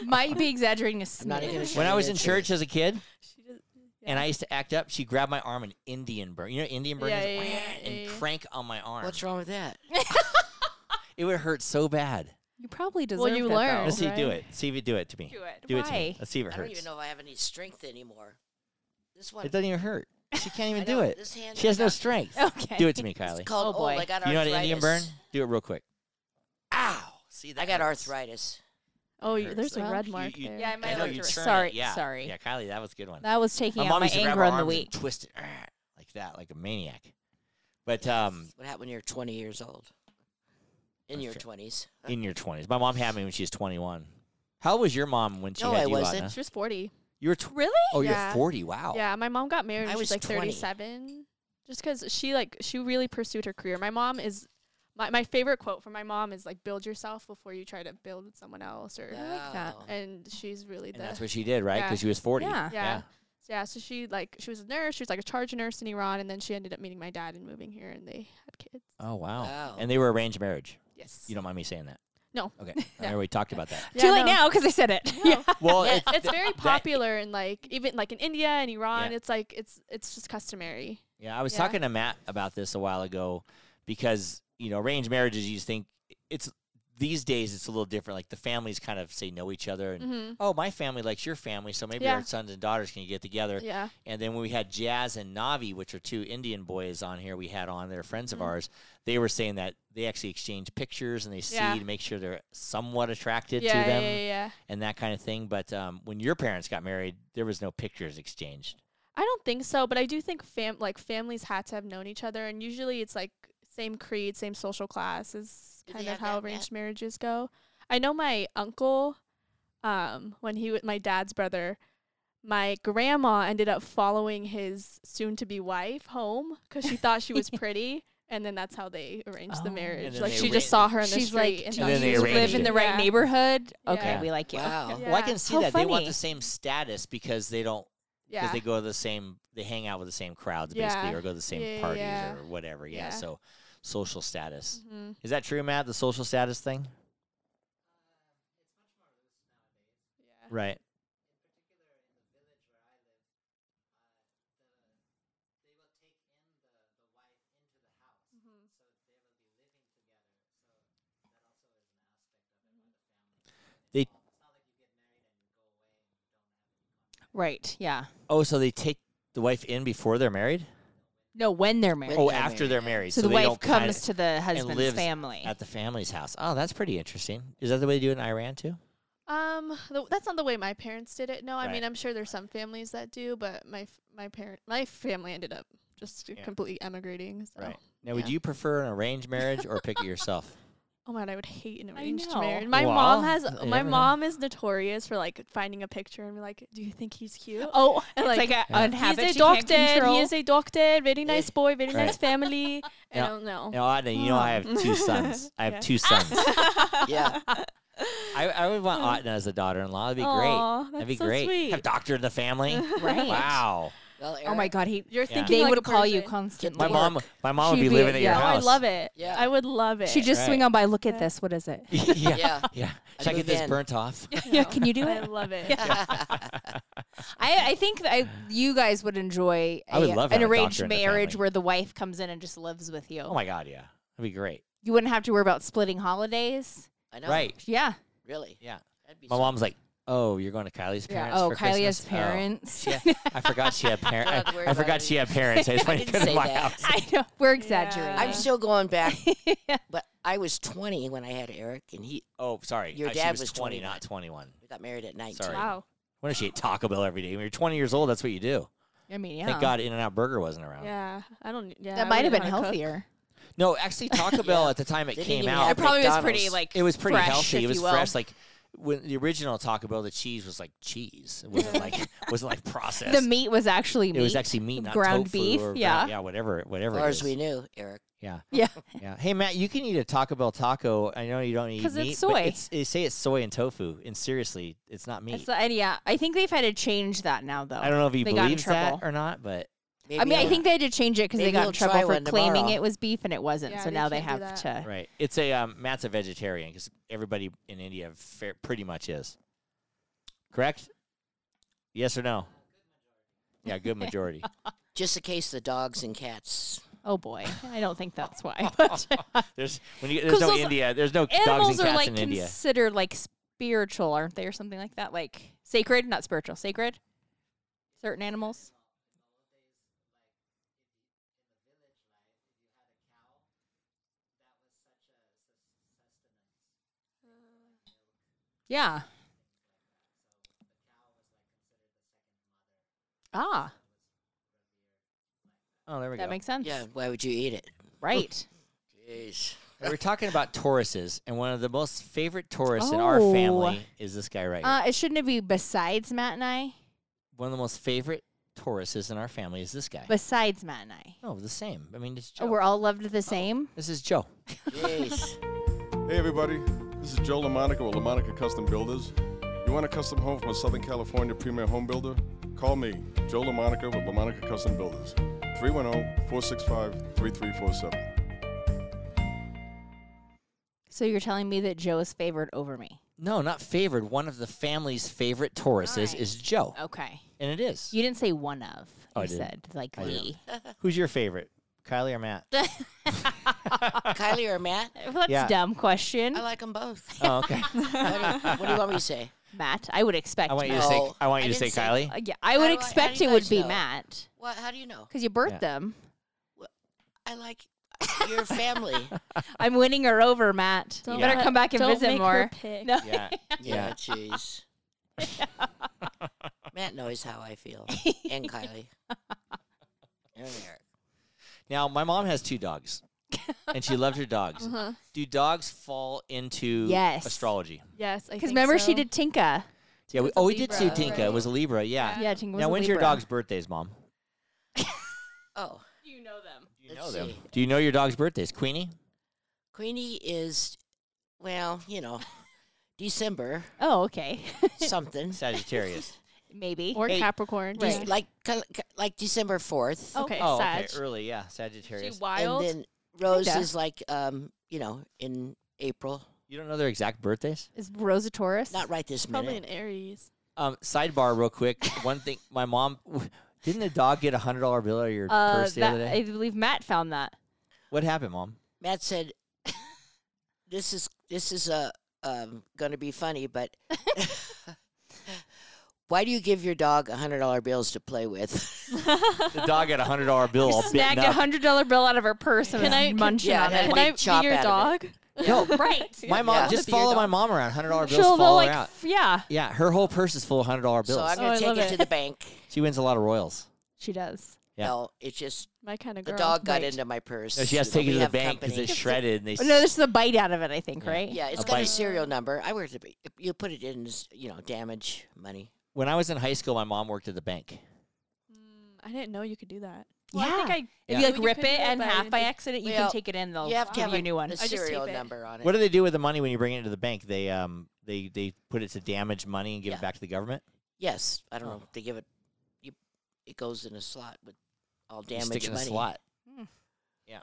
A: Might be exaggerating a smidge.
C: not even sure.
B: when I was
C: Yeah,
B: in
C: true.
B: church as a kid,
D: She does-
B: and
D: yeah.
B: I used to act up, she grabbed my arm and Indian burn. You know, Indian burn
D: Yeah,
B: is
D: yeah, yeah,
B: *sniffs* and
D: yeah, yeah.
B: crank on my arm.
C: What's wrong with that?
B: It would hurt so bad.
A: You probably deserve
D: Well, you
A: that,
D: learned.
A: though.
B: Let's see you do
D: right?
B: it. See if you do it to me.
D: do it.
B: Do it to me.
A: Why?
B: Let's see if it
C: I
B: hurts.
C: don't even know if I have any strength anymore. This one.
B: It doesn't even hurt. She can't
C: I
B: even do
C: know,
B: it.
C: This hand
B: She has
C: I
B: no
C: got-
B: strength.
A: Okay.
B: Do it to me, Kylie.
C: It's called
A: Oh,
C: old.
A: boy.
C: I got
B: You know how to Indian burn?
C: arthritis.
B: Do it real quick. Ow! See that?
C: I got
B: hurts.
C: arthritis.
D: Oh, you-
B: hurts.
D: there's a
A: Well,
D: red
B: You-
D: mark
B: you-
D: there.
A: Yeah, I might
B: I know
A: look
B: you
A: direct.
B: turn
A: Sorry,
B: it. Yeah.
A: sorry.
B: Yeah, Kylie, that was a good one.
A: That was taking
B: my
A: out
B: mom
A: my
B: used to grab
A: anger
B: our
A: on the
B: arms and
A: week.
B: twist it ah, like that, like a maniac. But um,
C: What happened when you're 20 years old? In your
B: Okay.
C: 20s.
B: in your twenties, my mom had me when she was twenty-one. How old was your mom when she
C: No,
B: had
C: I
B: you,
C: wasn't.
B: Lana?
D: She was 40.
B: You were tw-
A: Really?
B: oh,
D: Yeah.
B: you're forty. Wow.
D: Yeah, my mom got married
C: I
D: when
C: was
D: she was like
C: 20.
D: 37. Just because she like she really pursued her career. My mom is my, my favorite quote from my mom is like build yourself before you try to build someone else or
A: that.
C: Wow.
D: and she's really
B: And
D: the
B: that's
D: *laughs*
B: what she did, right?
D: Yeah.
B: Because she was forty.
A: Yeah.
D: yeah. So, yeah, so she like she was a nurse, she was like a charge nurse in Iran and then she ended up meeting my dad and moving here and they had kids.
B: Oh wow.
C: Wow.
B: And they were arranged marriage.
D: Yes.
B: You don't mind me saying that?
D: No. *laughs*
B: Okay. I already talked about that.
D: Yeah,
A: Too late
D: no.
A: now because I said it.
D: No.
B: Well,
C: Yeah.
B: it-
D: *laughs* It's
B: th-
D: very
B: that-
D: popular in like even like in India and Iran,
B: Yeah.
D: it's like it's it's just customary.
B: yeah, I was
D: Yeah.
B: talking to Matt about this a while ago because you know arranged marriages. You just think it's these days it's a little different. Like the families kind of say know each other and.
D: hmm
B: Oh, my family likes your family, so maybe
D: Yeah.
B: our sons and daughters can get together.
D: Yeah.
B: And then when we had Jazz and Navi, which are two Indian boys on here, we had on, they're friends
D: Mhm.
B: of ours. They were saying that they actually exchange pictures and they see
D: Yeah.
B: to make sure they're somewhat attracted
D: yeah,
B: to them.
D: yeah, yeah, yeah.
B: and that kind of thing. But um, when your parents got married, there was no pictures exchanged.
D: I don't think so, but I do think fam like families had to have known each other, and usually it's like same creed, same social class is
C: Do they
D: kind
C: have
D: of
C: that
D: how
C: yet?
D: arranged marriages go. I know my uncle, um, when he was my dad's brother, my grandma ended up following his soon-to-be wife home because she thought she
A: *laughs*
D: was pretty, and then that's how they arranged
A: Oh.
D: the
A: And
D: marriage.
B: then
D: Like
B: they
D: she
B: arranged-
D: just saw her in the
A: She's
D: street
A: like,
D: and
A: do
D: thought
B: then
D: she
B: they
A: you
D: was
A: live
B: arranged
A: in
B: it.
A: the right
D: Yeah.
A: neighborhood? Okay,
D: Yeah.
A: we like you.
C: Wow.
D: Yeah.
B: Well, I can see
A: How
B: that they want
A: funny.
B: the same status because they don't because
D: Yeah,
B: they go to the same they hang out with the same crowds
D: Yeah.
B: basically or go to the same
D: Yeah, yeah,
B: parties
D: yeah.
B: or whatever. Yeah,
D: Yeah.
B: So social status
A: Mm.
D: Mhm.
B: is that true, Matt? The social status
A: Uh,
B: thing,
D: yeah.
B: right?
D: Mhm.
A: Right. Yeah.
B: Oh, so they take the wife in before they're married?
A: No, when they're married.
B: oh,
C: they're
B: after they're married,
A: so,
B: so,
A: the
B: they
A: wife
B: don't kinda-
A: comes to the husband's
B: lives
A: family.
B: at the family's house. Oh, that's pretty interesting. Is that the way they do it in Iran too?
D: Um, th- that's not the way my parents did it. No, I
B: Right.
D: mean I'm sure there's some families that do, but my f- my parent my family ended up just
B: Yeah.
D: completely emigrating. So.
B: Right. Now, would
D: Oh, Yeah.
B: you prefer an arranged marriage or pick it yourself?
D: Oh man, I would hate an
A: I
D: arranged
A: know.
D: marriage. My
B: Well,
D: mom has
B: you
D: my
B: never know.
D: mom is notorious for like finding a picture and be like, "Do you think he's cute?"
A: oh,
D: and,
A: *laughs* it's like,
D: like,
A: a
B: Yeah.
A: an habit
D: he's
A: she
D: a
A: can't
D: doctor.
A: control.
D: He is a doctor. Very nice boy. Very
B: Right.
A: *laughs*
D: nice family.
B: *laughs* Yeah.
D: I don't know.
B: No, I know. You know, I have two sons. I have two sons.
C: *laughs* Yeah.
B: I, I would want Atna as a daughter-in-law. That'd be great.
D: Aw,
B: That'd
D: that's
B: be
D: so
B: great.
D: Sweet.
B: Have doctor in the family.
A: right.
B: Wow.
C: Well, Eric,
A: Oh my God, he.
D: You're
B: Yeah.
D: thinking
A: They
D: like a
A: would call you
D: person.
A: constantly.
B: My mom. My mom would
A: She'd
B: be
A: be-
B: living at your
A: yeah.
D: Oh,
B: house.
D: I love it.
C: Yeah.
D: I would love it.
A: She just
B: Right.
A: swing on by. Look at
D: Yeah.
A: this. What is it?
B: *laughs* yeah. yeah. Should
C: Yeah.
B: I
C: I'd
B: get
C: move
B: this
C: in.
B: burnt off?
A: Yeah, can you do
D: I
A: it?
D: love *laughs* it.
A: I, I think that I, you guys would enjoy
B: I would
A: a-
B: love
A: an
B: having a
A: arranged
B: doctor in the
A: marriage
B: family.
A: where the wife comes in and just lives with you.
B: Oh my God. Yeah. That'd be great.
A: You wouldn't have to worry about splitting holidays.
C: *laughs* I know.
B: Right.
A: Yeah.
C: Really.
B: Yeah.
C: That'd be
B: My
C: so-
B: mom's like, "Oh, you're going to Kylie's parents
A: Oh,
B: for
A: Kylie's
B: Christmas? Oh.
A: parents.
B: Yeah. I forgot she had parents.
C: Don't have to worry
B: I, I
C: about
B: forgot
C: it.
B: she had parents. I just *laughs*
C: I
B: went to
C: didn't say
B: my
C: that.
B: house.
A: I know. We're exaggerating.
D: Yeah.
C: I'm still going back,
A: *laughs* Yeah.
C: but I was 20 when I had Eric, and he
B: Oh, sorry.
C: Your
B: Uh, she
C: dad
B: was,
C: was
B: 20, not 21.
C: we got married at 19.
B: Sorry.
D: Wow.
B: Wonder if she ate Taco Bell every day. When you're 20 years old, that's what you do.
A: I mean, yeah.
B: Thank God In and Out Burger wasn't around.
D: Yeah. I don't. Yeah.
A: That
D: I
A: might have
D: wouldn't
A: been
D: know how to cook.
A: healthier.
B: No,
A: *laughs*
B: actually, Taco Bell at the time it
C: They didn't
B: came
C: even
B: out,
C: have
A: It probably was pretty
C: McDonald's.
A: like
B: it was pretty
A: fresh,
B: healthy.
A: if
B: It was
A: you will.
B: fresh. Like when the original Taco Bell, the cheese was like cheese. It
A: *laughs*
B: wasn't like *laughs* wasn't like processed.
A: The meat was actually
B: it
A: meat.
B: was actually meat, not
A: ground
B: tofu
A: beef,
B: or
A: yeah.
B: ground- yeah, whatever,
C: As
B: whatever.
C: far
B: it
C: as
B: is.
C: we knew, Eric.
B: Yeah,
A: yeah.
B: yeah. Hey Matt, you can eat a Taco Bell taco. I know you don't eat
A: 'Cause it's
B: meat,
A: soy.
B: but it's, they say it's soy and tofu, and seriously, it's not meat.
A: It's, and yeah, I think they've had to change that now though.
B: I don't know if he
A: They got in
B: believes that
A: trouble.
B: or not, but
A: I mean,
C: Maybe uh,
A: I think they had to change it because they
C: maybe
A: got in
C: he'll try
A: trouble for
C: one
A: claiming
C: tomorrow.
A: it was beef and it wasn't.
D: Yeah,
A: so
D: they
A: now they
D: can't
A: have *laughs*
D: do
A: to.
B: right. It's a um, Matt's a vegetarian because everybody in India fair, pretty much is. Correct? Yes or no?
A: *laughs*
B: Yeah, good majority.
C: just in case the dogs and cats.
A: Oh boy, I don't think that's why.
B: *laughs*
A: But uh,
B: there's when you,
A: 'Cause
B: there's no
A: those
B: India. There's no dogs and
A: animals are
B: cats
A: like
B: in India.
A: considered like spiritual, aren't they, or something like that? Like sacred, not spiritual, sacred. Certain animals. Yeah. Ah,
B: Oh, there we
A: that
B: go.
A: makes sense. *laughs*
C: Yeah, why would you eat it?
A: Right.
C: Jeez.
B: We We're talking about Tauruses, and one of the most favorite Taurus in our
A: Oh.
B: family is this guy right here.
A: Uh, it shouldn't it be besides Matt and I?
B: one of the most favorite Tauruses in our family is this guy.
A: Besides Matt and I.
B: no, the same. I mean, it's
A: Oh,
B: Joe.
A: we're all loved the same.
B: this is Joe.
C: *laughs* Jeez.
E: Hey everybody, this is Joe LaMonica with LaMonica Custom Builders. You want a custom home from a Southern California premier home builder? Call me, Joe LaMonica with LaMonica Custom Builders, 310-465-3347.
A: So you're telling me that Joe is favored over me?
B: No, not favored. One of the family's favorite Tauruses
A: Alright.
B: is Joe,
A: Okay.
B: and it is.
A: You didn't say one of.
B: Oh, I
A: you
B: didn't.
A: said like
B: I
A: the.
B: didn't. Who's your favorite, Kylie or Matt?
C: Kylie or Matt?
A: *laughs* Well, that's
B: Yeah.
A: a dumb question,
C: I like them both.
B: oh, okay.
C: *laughs* what, do, what do you want me to say?
A: Matt. I would expect.
B: I want you to
A: Matt.
B: say.
C: No,
B: I want
C: I
B: you to say
C: didn't say-
B: Kylie.
A: Uh, yeah, I would
C: How do I- how
A: expect
C: do you
A: it would
C: guys
A: be
C: know?
A: Matt
C: What? How do you know?
A: because you birthed
B: Yeah.
A: them.
C: I like your family.
A: I'm winning her over, Matt.
D: Don't
A: You better
D: let-
A: come back and
D: don't
A: visit
D: make her
A: more.
D: pick.
A: No.
B: *laughs* Yeah.
C: *laughs* yeah, *laughs* jeez. Matt knows how
A: *laughs*
C: I feel, and Kylie, and Eric.
B: Now, my mom has two dogs, and she loved her dogs.
D: Uh-huh.
B: Do dogs fall into
A: Yes.
B: astrology?
D: Yes, I
A: Because
D: think
A: remember she
D: so.
A: did Tinka.
B: Yeah. We,
D: was a
B: oh, we did see
D: Libra,
B: Tinka. It
D: right?
B: was a Libra. Yeah.
A: Yeah, Tinka was
B: Now,
A: a
B: when's your
A: Libra.
B: dog's birthdays, mom?
C: Oh,
A: You know them.
B: Do
C: Let's see.
B: Do you know your dog's birthdays, Queenie?
C: Queenie is, well, you know, December
A: Oh, okay. *laughs*
C: *laughs* something,
B: Sagittarius.
A: Maybe.
D: or
B: Hey,
D: Capricorn.
C: Dec-
A: Right.
C: like kin- ki- like December fourth,
D: Okay,
A: *laughs*
B: oh,
D: Sag.
B: okay. Early, yeah.
D: She
B: Sagittarius.
D: wild.
C: and then Rose
A: Kinda.
C: is like, um, you know, in April.
B: you don't know their exact birthdays?
A: Is Rosa Taurus?
C: Not right this
D: Probably
C: minute.
D: an Aries.
B: Um, sidebar, real quick. One thing, my mom *laughs* didn't the dog get a hundred dollar bill out of your
A: Uh,
B: purse the other
A: that-
B: day?
A: I believe Matt found that.
B: what happened, mom?
C: Matt said, "This is this is a um, going to be funny, but *laughs* why do you give your dog a hundred dollar bills to play with?"
B: The dog got a hundred dollar bill. all
A: Snagged
B: bitten
A: a
B: up.
A: hundred dollar bill out of her purse and
D: Can
A: was
D: I- can-
A: munching
C: yeah,
A: on
C: that-
A: it.
D: Can
C: big
D: I
C: chop
D: be your
C: out
D: dog?
B: No,
A: right.
B: my mom
C: Yeah.
B: just
D: Be your
B: follow my
D: dog.
B: mom around. Hundred dollar bills
A: She'll
B: follow
A: go
B: her
A: like,
B: out.
A: yeah,
B: Yeah, her whole purse is full of hundred dollar bills.
C: So I'm
D: Oh,
C: going
D: I
C: to
D: love
C: take it, to
D: it.
C: the bank.
B: she wins a lot of royals.
A: she does.
B: Yeah.
C: No, it's just
D: My kind of
C: the
D: girl.
C: dog got
A: Right.
C: into my purse.
B: No, she has to
C: but
B: take it
C: we
B: to the
C: have
B: bank because
C: company.
B: it's shredded. And they
A: Oh, No, there's the bite out of it. I think, right?
C: Yeah, it's
B: a
C: got
B: bite.
C: a serial number. I worked. You put it in, as, you know, damage money.
B: when I was in high school, my mom worked at the bank.
D: Mm, I didn't know you could do that.
A: Well, I
D: I
A: think
D: think
A: If
B: Yeah.
A: you like
D: We could
A: rip
D: pick
A: it
D: it up,
A: in
D: but I
A: half
D: didn't
A: by
D: think-
A: accident, you
C: Well,
A: can take it
B: Oh,
A: in. They'll
C: you have to
A: give
C: have
A: you
C: a,
A: a new one.
C: a
D: just tape
C: serial
D: it.
C: number on it.
B: What do they do with the money when you bring it into the bank? They um they they put it to damage money and give it
C: Yeah.
B: back to the government.
C: Yes, I don't
B: Oh.
C: know. They give it. You, it goes in a slot with all
B: You
C: damage
B: stick it in
C: money.
B: a slot.
A: Hmm.
B: Yeah,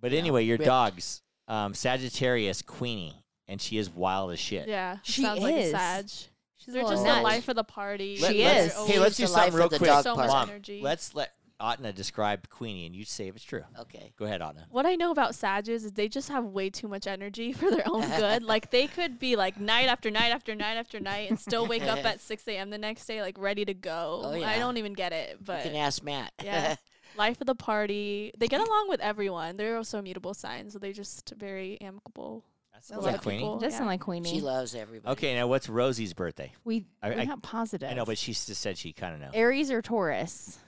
B: but
C: Yeah.
B: anyway, your
C: Ripped.
B: dog's um, Sagittarius Queenie, and she is wild as shit.
D: Yeah,
A: She
D: sounds like
A: is.
D: a Sag.
A: She's
D: They're
A: a
D: just
A: little
D: the
A: nut.
D: life of the party.
A: Let- She
B: let's-
A: is.
B: Hey, let's do
C: She's the
B: something
C: life
B: real
C: of the
B: quick.
C: dog
D: So much
B: Mom,
C: park.
D: energy.
B: let's let Atna describe Queenie, and you say if it's true.
C: Okay.
B: Go ahead, Atna.
D: What I know about Sages is they just have way too much energy *laughs* for their
C: *laughs*
D: own good. like they could be like night after night after night after night and still
C: *laughs*
D: wake up at 6 a.m. the next day like ready to go.
C: Oh, yeah.
D: I don't even get it, but
C: you can ask Matt. *laughs*
D: yeah, life of the party. They get along with everyone. They're also immutable signs, so they're just very amicable.
B: That
D: a
B: sounds
D: lot
B: like
D: of
B: Queenie.
D: people.
A: It does
D: Yeah.
A: sound like Queenie.
C: she loves everybody.
B: Okay, now what's Rosie's birthday?
A: we
B: I-
A: we're
B: I-
A: not positive.
B: I know, but she just said she kind of knows.
A: Aries or Taurus.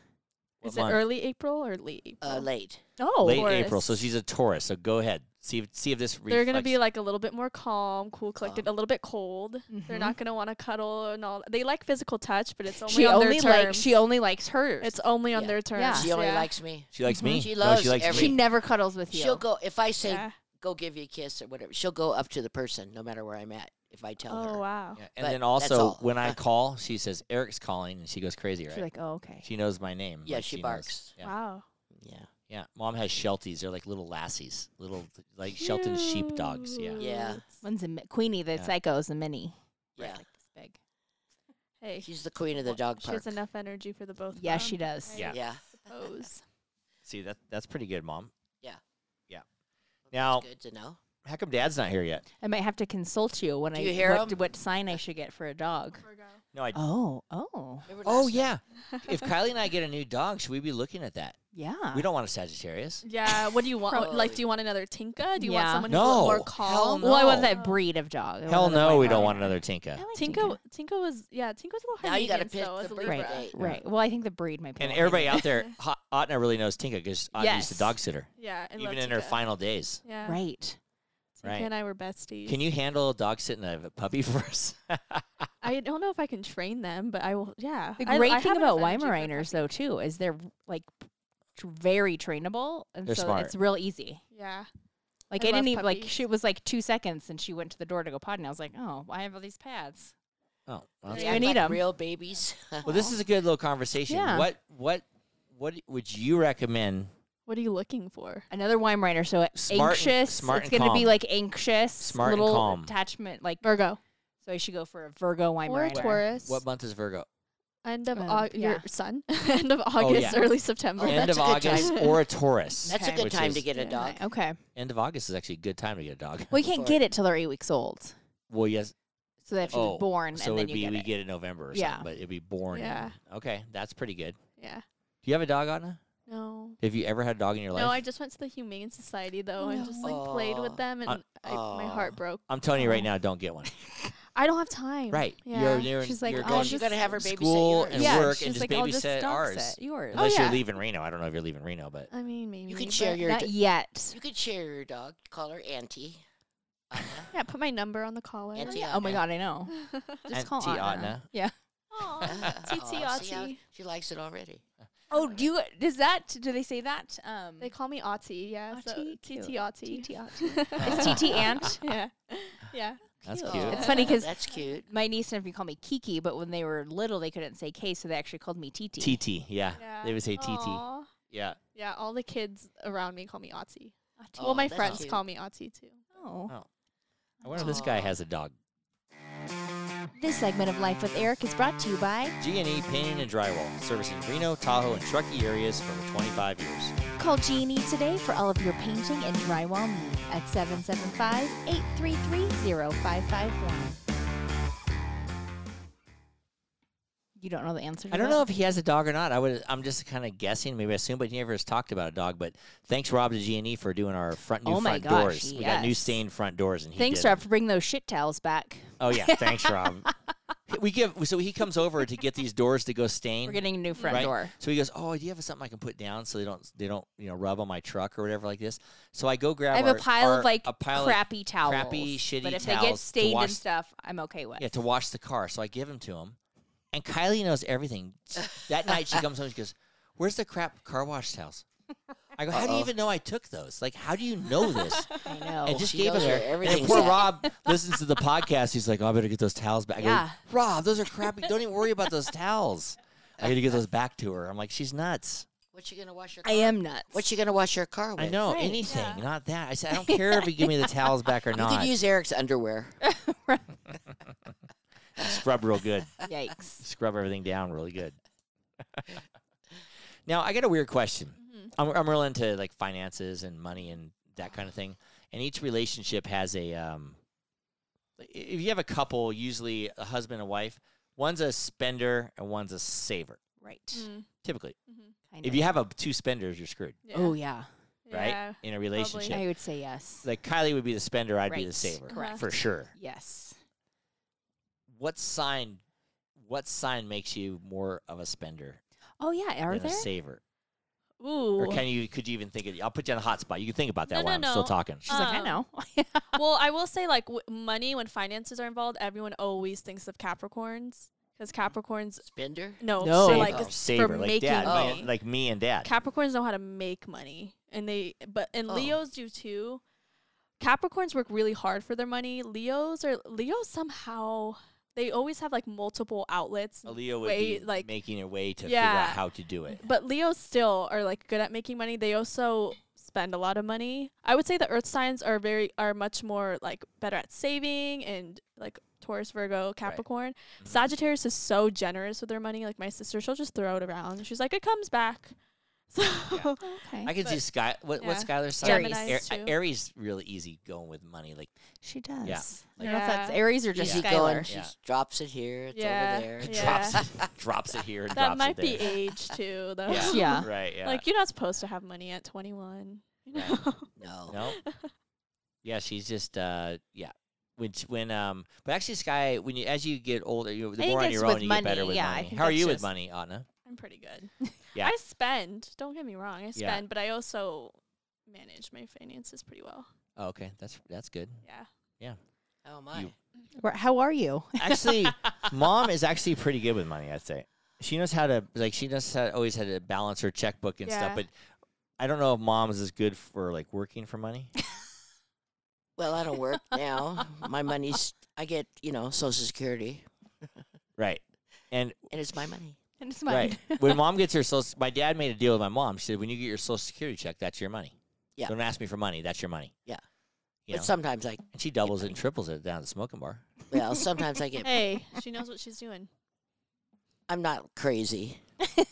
B: What
D: Is it
B: month?
D: early April or late April?
C: Uh, late.
D: oh,
B: Late
D: Taurus.
B: April. So she's a Taurus. So go ahead. See if see if this.
D: They're gonna be
B: reflects-
D: like a little bit more calm, cool, collected, a little bit cold. They're not gonna want to cuddle and all. They like physical touch, but it's only
A: She
D: on
A: only
D: their terms.
A: likes she only likes hers.
D: it's only on
C: Yeah.
D: their
A: Yeah.
D: terms.
C: She only
D: yeah.
C: likes me.
B: She likes me.
C: Mm-hmm. She
B: No,
C: loves
B: she likes
C: every-
A: she
B: me.
A: never cuddles with you.
C: She'll go if I say
D: Yeah.
C: go give you a kiss or whatever. She'll go up to the person no matter where I'm at if I tell her.
D: Oh wow.
B: Yeah,
C: but
B: And then
C: that's
B: also
C: all.
B: when I call, she says Eric's calling, and she goes crazy,
A: She's
B: right?
A: like, oh okay.
B: She knows my name.
C: Yeah,
B: Mm, like
C: she
B: knows-
C: barks.
B: Yeah.
D: Wow.
C: Yeah.
B: yeah, mom has Shelties. They're like little lassies, little like Shelton sheepdogs. Yeah,
C: Yeah.
D: Cute.
A: One's a mi- Queenie, the
B: Yeah.
A: psycho is a mini.
C: Yeah.
A: Like this big.
D: Hey,
C: She's the queen of the dog
D: she
C: park.
D: has enough energy for the both.
A: Yeah,
D: of
A: she
D: them,
A: does.
D: I
B: Yeah.
C: Yeah.
D: Suppose.
B: See that that's pretty good, mom.
C: Yeah.
B: Yeah.
C: That's
B: Now,
C: good to know.
B: how come Dad's not here yet?
A: I might have to consult you when
C: Do
A: I
C: you hear
A: what,
C: 'em?
A: what sign I should get for a dog.
B: No, I.
A: Oh, oh,
C: Remember
B: oh
C: last
B: yeah. if Kylie and I get a new dog, should we be looking at that?
A: yeah.
B: We don't want a Sagittarius.
D: Yeah. What do you want? What- like, do you want another Tinka? Do you want
A: Yeah.
D: someone who's a little more
B: No.
D: calm?
B: Hell
A: Well, I want
B: No.
A: that breed of dog. I
B: Hell
A: want another
B: no,
A: white
B: we don't
A: dog.
B: want another
A: I
B: Tinka.
A: like
D: Tinka, Tinka was yeah. Tinka was a little
C: Now
D: hard
C: you gotta
D: to
C: pick
D: as
C: the breed.
D: a Libra.
A: Right,
C: Yeah.
A: right. Well, I think the breed might be.
B: And
A: more
B: everybody
A: like
B: out there, Hot- Otna really knows Tinka because Otna's the
D: Yes.
B: dog sitter,
D: Yeah, I
B: even
D: love
B: in her
D: Tinka.
B: final days.
A: it.
D: Yeah,
A: Right.
D: Tinka
B: Right.
D: and I were besties.
B: Can you handle a dog sitting a puppy *laughs* for us?
D: I don't know if I can train them, but I will. Yeah.
A: The
D: I-
A: great
D: I have
A: thing about
D: enough energy for a
A: Weimaraners,
D: puppy.
A: though, too, is they're like tr- very trainable, and
B: They're
A: so
B: smart.
A: it's real easy.
D: Yeah.
A: Like
D: I
A: I,
D: love
A: didn't even like.
D: puppies.
A: She it was like two seconds, and she went to the door to go potty, and I was like, "Oh, I have all these pads."
B: oh, well,
C: night.
B: that's
C: They
A: Yeah.
B: good.
A: I
C: act
A: need
C: like
A: 'em.
C: Real babies.
B: well, this is a good little conversation.
A: Yeah.
B: What what what would you recommend?
D: What are you looking for?
A: Another Weimaraner, so
B: Smart and-
A: anxious.
B: smart
A: it's
B: and
A: going to be
B: calm.
A: like anxious,
B: Smart and
A: little
B: calm.
A: attachment. Like
D: Virgo
A: so, I should go for a Virgo
D: or
A: Weimaraner.
D: Taurus.
B: What month is Virgo?
D: End of
A: Um,
D: Au-
A: yeah.
D: your sun. *laughs* End of August,
B: yeah.
D: early September.
C: Oh,
B: end
C: that's
B: of
C: a good time.
B: August or a Taurus.
C: *laughs* That's
A: Okay.
C: a good
B: Which
C: time
B: is-
C: to get a
D: Yeah.
C: dog.
A: Okay.
B: End of August is actually a good time to get a dog.
A: Well, you can't
C: For-
A: get it till they're eight weeks old,
B: *laughs* Well, yes.
A: so they have to
B: oh,
A: be born,
B: so
A: and then
B: it'd
A: you
B: be
A: get
B: we
A: it.
B: get it in November or
A: Yeah.
B: something, but it'd be born. in-
D: Yeah.
B: okay, that's pretty good.
D: yeah.
B: Do you have a dog, Anna?
D: No.
B: Have you ever had a dog in your life?
D: No, I just went to the Humane Society though, and just like played
C: Oh.
D: with them, and I, my heart
C: oh.
D: broke.
B: I'm telling you right now,
A: *laughs*
B: don't get one.
A: Oh,
D: I don't have time.
B: Right.
D: Yeah. "Oh,
B: You're, you're,
A: She's like,
B: you're
A: "I'll
B: going
A: just
C: You gotta have her babysit
B: school
C: yours.
B: and
A: yeah,
B: work
A: she's
B: and just
A: like, I'll just
B: babysit
A: dog
B: ours.
A: sit yours.
B: Unless
D: yeah.
B: you're leaving Reno. I don't know if you're leaving Reno,
A: Uh,
B: but
D: I mean, maybe.
C: You could
D: but-
C: share your
A: Not
C: do-
A: yet.
B: *laughs*
C: you could share your dog. Call her Auntie.
A: *laughs*
C: Uh-huh. Anna.
D: Yeah, put my number on the collar.
C: Auntie
A: Oh my
C: Anna.
A: god, I know.
B: *laughs*
D: *laughs*
A: Just
B: Auntie
A: call Anna.
B: Anna.
A: Yeah.
B: *laughs* Um,
D: Aw, Titi
C: Aw, see how
D: Ati.
C: She likes it already.
A: Oh, do you? Does that? Do they say that? Um,
D: They call me Ati. Yeah. So
A: Ati,
D: Titi
A: cute.
D: Ati.
A: TT
D: *laughs*
B: It's
A: is TT
B: *laughs*
A: Ant.
D: Yeah. Yeah.
B: That's
A: Cute.
B: cute.
A: It's funny
D: *laughs*
A: 'cause-
C: that's cute.
A: *laughs* My niece and nephew call me Kiki, but when they were little, they couldn't say K, so they actually called me TT.
B: TT, yeah.
D: Yeah.
B: They would say TT.
D: Aw.
B: Yeah.
D: Yeah. All the kids around me call me Ati.
C: Aw,
D: well, my
C: that's
D: friends
C: cute.
D: call me Ati too.
A: Oh.
B: I wonder if this guy
C: Aw.
B: has a dog.
A: This segment of Life with Eric is brought to you by
B: G&E Painting and Drywall, servicing Reno, Tahoe, and Truckee areas for over 25 years.
A: Call G&E today for all of your painting and drywall needs at 775-833-0551. You don't know the answer to
B: I don't
A: that?
B: know if he has a dog or not. I would. I'm just kind of guessing. Maybe I assume, but he never has talked about a dog. But thanks, Rob, to G and E for doing our front new
A: Oh my
B: front
A: gosh,
B: doors. We got new
A: yes.
B: stained front doors, and he
A: Thanks,
B: did.
A: Rob, for bringing those shit towels back. *laughs*
B: Oh yeah, thanks, Rob. we give. So he comes over to get these doors to go stain.
A: We're getting a new front
B: right?
A: door.
B: So he goes, "Oh, do you have something I can put down so they don't they don't you know rub on my truck or whatever like this?" So I go grab.
A: I have
B: our-
A: a pile
B: our-
A: of like
B: a pile of
A: crappy towels.
B: crappy, shitty
A: But if they get
B: towels to
A: stained
B: wash-
A: and stuff, I'm okay with.
B: Yeah, to wash the car. So I give them to him. And Kylie knows everything. S- That night she comes home she goes, Where's the crap car wash towels? I go, How do you
C: Uh-oh. Oh,
B: even know I took those? Like, how do you know
C: *laughs*
B: this?
A: I know.
B: And just
C: she
B: gave them
C: knows where
B: there. And then
C: everything's
B: poor
C: at.
B: Rob
C: *laughs*
B: listens to the podcast. He's like, oh, I better get those towels back. I go,
A: Yeah.
B: Rob, those are crappy. Don't even worry about those towels. I got to get those back to her. I'm like, she's nuts.
C: What's she gonna wash your?
A: I
C: Car?
A: am nuts.
C: What's she gonna wash your car with?
B: I know
A: Right.
B: anything, not that. I
C: *laughs*
B: said, I don't care if you give me the towels back or
C: You
B: not.
C: could use
A: *laughs*
C: Eric's underwear.
B: Scrub real good.
A: *laughs* Yikes.
B: scrub everything down really good. now I got a weird question.
D: Mm-hmm,
B: I'm, I'm real into like finances and money and that kind of thing. And each relationship has a um, i- if you have a couple, usually a husband and wife, one's a spender and one's a saver.
A: Right.
D: Mm-hmm.
B: Typically,
A: Kind
B: if
A: of.
B: you have a two spenders, you're screwed,
D: Yeah.
A: Oh, yeah.
B: right? In a relationship,
A: I would say yes.
B: like Kylie would be the spender, I'd be the
A: Right.
B: saver,
D: Correct.
B: for sure.
A: Yes.
B: What sign? What sign makes you more of a spender
A: Oh, yeah. Are
B: than
A: there?
B: a saver?
D: Ooh.
B: Or can you? Could you even think of? I'll put you on a hot spot. You can think about that
D: No,
B: while
D: no,
B: I'm still
D: no.
B: talking.
A: She's like, I
D: Um,
A: know. *laughs*
D: well, I will say, like, w- money when finances are involved, everyone always thinks of Capricorns because Capricorns
C: Spender?
D: no,
A: No.
D: for, like
B: Hmm.
C: Saver.
D: for
B: Oh, Saver, like
D: making
B: dad,
D: money.
B: me- like me and dad.
D: Capricorns know how to make money, and they but and
C: Oh.
D: Leos do too. Capricorns work really hard for their money. Leos are Leos somehow they always have like multiple outlets.
B: Aaliyah would
D: way-
B: be
D: like-
B: making a way to figure
D: Yeah.
B: out how to do it.
D: But Leos still are like good at making money. They also spend a lot of money. I would say the earth signs are very are much more like better at saving and like Taurus, Virgo, Capricorn.
B: Mhm.
D: Sagittarius is so generous with their money. Like my sister, she'll just throw it around. She's like, it comes back. *laughs* So
A: okay.
B: I can see
D: but-
B: Sky. What, What's Skylar's sign?
A: Aries.
B: Air-
D: Gemini's too.
B: Aries really easy going with money. Like
A: she does. I
D: Yeah.
A: don't know if that's
D: Yeah.
A: Aries or just
C: Easy going.
A: Skylar.
C: She
B: Yeah.
C: drops it here. It's
D: Yeah.
C: over there.
D: It
B: drops
D: Yeah.
B: it, drops it here, and
D: that
B: drops
D: might
B: it there.
D: be age too, though. *laughs*
B: Yeah.
A: Yeah.
B: Right. Yeah.
D: Like you're not supposed to have money at 21. You
B: Right.
D: know? *laughs*
C: No.
B: *laughs* no. Yeah, she's just uh yeah. When sh- when um but actually Sky when you as you get older you the
A: I think
B: more on
A: it's
B: your own
A: with
B: you get better
A: money,
B: with
A: yeah, I
B: money.
A: think
B: How are
A: that's
B: you with
A: just-
B: money, Anna?
D: I'm pretty good.
B: *laughs* Yeah.
D: I spend. Don't get me wrong. I spend,
B: Yeah.
D: but I also manage my finances pretty well.
B: Oh, okay, that's that's good.
D: Yeah.
C: Oh, my.
B: You-
A: Where- How are *laughs* you?
B: Actually, mom is actually pretty good with money. I'd say she knows how to like she knows how always how to balance her checkbook and stuff.
D: Yeah.
B: But I don't know if mom's is good for like working for
C: *laughs*
B: money.
C: Well, I don't work now. My money's, I get, you know, Social Security,
B: right. And
C: and it's my money.
A: And it's
B: right when mom gets her
C: *laughs*
B: social, my dad made a deal with my mom. She said, "When you get your social security check, that's your money.
C: Yeah.
B: Don't ask me for money. That's your money.
C: Yeah.
B: You know?
C: But sometimes I,
B: And she doubles it and triples it down at the smoking bar.
C: well, sometimes I get,
D: Hey, *laughs* she knows what she's doing.
C: I'm not crazy.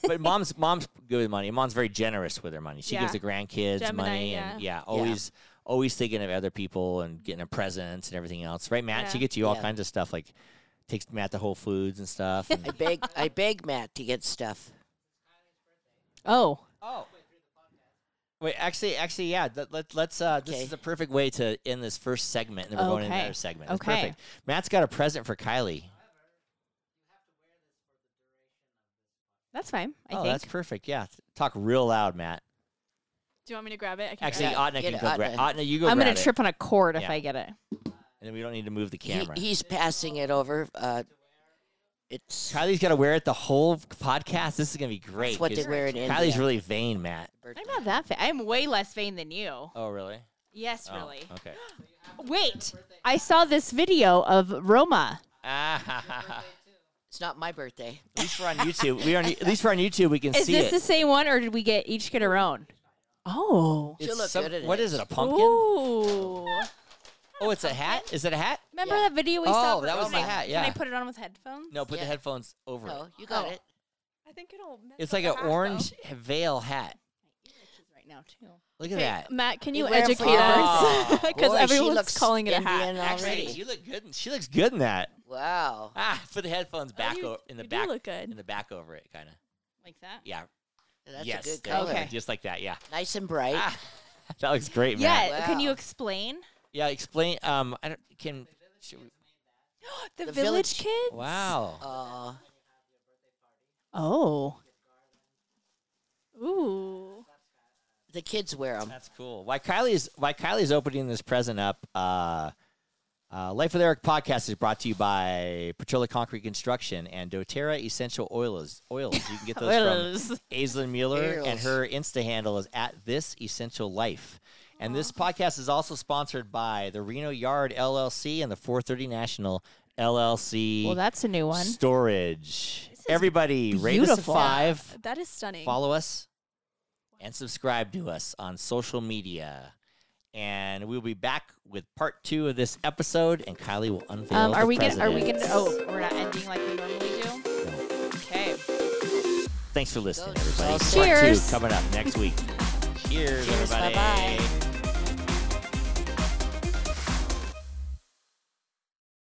B: But mom's mom's good with money. Mom's very generous with her money. She gives the
D: Yeah.
B: grandkids
D: Gemini,
B: money and yeah, always always thinking of other people and getting a presents and everything else. Right, Matt? She
D: Yeah.
B: gets you all
C: Yeah.
B: kinds of stuff like takes Matt to Whole Foods and stuff. and-
C: *laughs* I beg, I beg Matt to get stuff.
A: Oh.
B: oh. Wait, actually, actually, yeah. Let, let, let's. Uh, This
C: Okay.
B: is the perfect way to end this first segment, and then we're going into
A: Okay.
B: another segment. It's
A: Okay.
B: perfect. Matt's got a present for Kylie.
A: That's fine. I
B: oh,
A: think.
B: that's perfect. Yeah, talk real loud, Matt.
D: Do you want me to grab it? I can
B: Actually,
D: grab
C: Yeah,
B: Otna
C: get
B: can
C: it,
B: go grab.
C: Otna.
B: Otna, you go.
A: I'm
B: grab
A: gonna
B: it,
A: trip on a cord if
B: Yeah.
A: I get it.
B: and then we don't need to move the
C: He,
B: camera.
C: he's passing it over. Uh, it's
B: Kylie's got to wear it the whole podcast. This is gonna be great.
C: That's what
B: 'cause
C: they wear in
B: Kylie's
C: India.
B: really vain, Matt.
C: birthday.
A: I'm not that vain. I'm way less vain than you.
B: Oh, really?
A: Yes,
B: Oh,
A: really.
B: okay. *laughs*
A: Wait, oh. I saw this video of Roma.
B: Ah,
C: It's not my birthday.
B: at least we're on YouTube. We are on, at least we're on YouTube. We can
A: Is
B: see
A: this
B: it.
A: the same one, or did we get each get our own? Oh.
B: It's
C: She'll look
B: some-
C: good in
B: what
C: it.
B: is it? A pumpkin?
A: Ooh.
B: oh, it's a hat. Is it a hat?
A: Remember
C: Yeah.
A: that video we
B: Oh,
A: saw? of
B: that was
A: Roma?
B: my hat, yeah.
A: Can I put it on with headphones?
B: No, put the
C: Yeah.
B: headphones over
C: No,
B: it.
C: you got
A: Oh.
C: it.
D: I think it'll. mess
B: It's
D: up
B: like
D: the
B: an
D: hat, though.
B: orange veil hat.
A: Right now too.
B: Look at
D: Okay,
B: that.
D: Matt, can
C: You
D: you
C: wear it for
D: educate
C: your
D: us?
B: birthday.
D: Because
C: Boy, she
D: everyone's
C: looks
D: calling it a hat.
C: Indian
B: Actually,
C: already.
B: you look good. In, she looks good in that. *laughs*
C: Wow.
B: Ah, put the headphones *laughs* back
D: you-
B: o- in the
D: you do
B: back
D: look good.
B: in the back over it, kind of.
A: Like that.
B: Yeah.
C: That's
B: yes.
C: a good
B: there you go.
C: color.
A: Okay.
B: Just like that. Yeah.
C: Nice and bright.
B: Ah, *laughs* that looks great,
A: Yeah.
B: man.
A: Can
C: Wow.
A: you explain
B: Yeah. Explain. Um. I don't. Can. should we-
A: the,
C: The
A: village,
C: Village
A: kids?
B: wow.
C: Uh,
A: Oh.
D: Ooh.
C: the kids wear them.
B: That's cool. Why Kylie's Why Kylie's opening this present up? Uh, uh, Life with Eric podcast is brought to you by Petrola Concrete Construction and DoTerra Essential Oils. Oils. You can get those from Aislinn Mueller, and
C: Eels.
B: her Insta handle is at This Essential Life. And this podcast is also sponsored by the Reno Yard LLC and the 430 National LLC
A: Well, that's a new one.
B: Storage.
A: is
B: Everybody, rate us a
A: beautiful.
B: five,
D: That is stunning.
B: follow us, and subscribe to us on social media. And we'll be back with part two of this episode, and Kylie will unveil.
A: Um,
B: the
A: are we gonna? Are we
B: president.
A: gonna? Oh, we're not ending like we normally do. Okay.
B: Thanks for listening,
C: Go-
B: everybody. Part two
A: Cheers.
B: coming up next week. Cheers,
C: Cheers,
B: everybody.
C: bye-bye.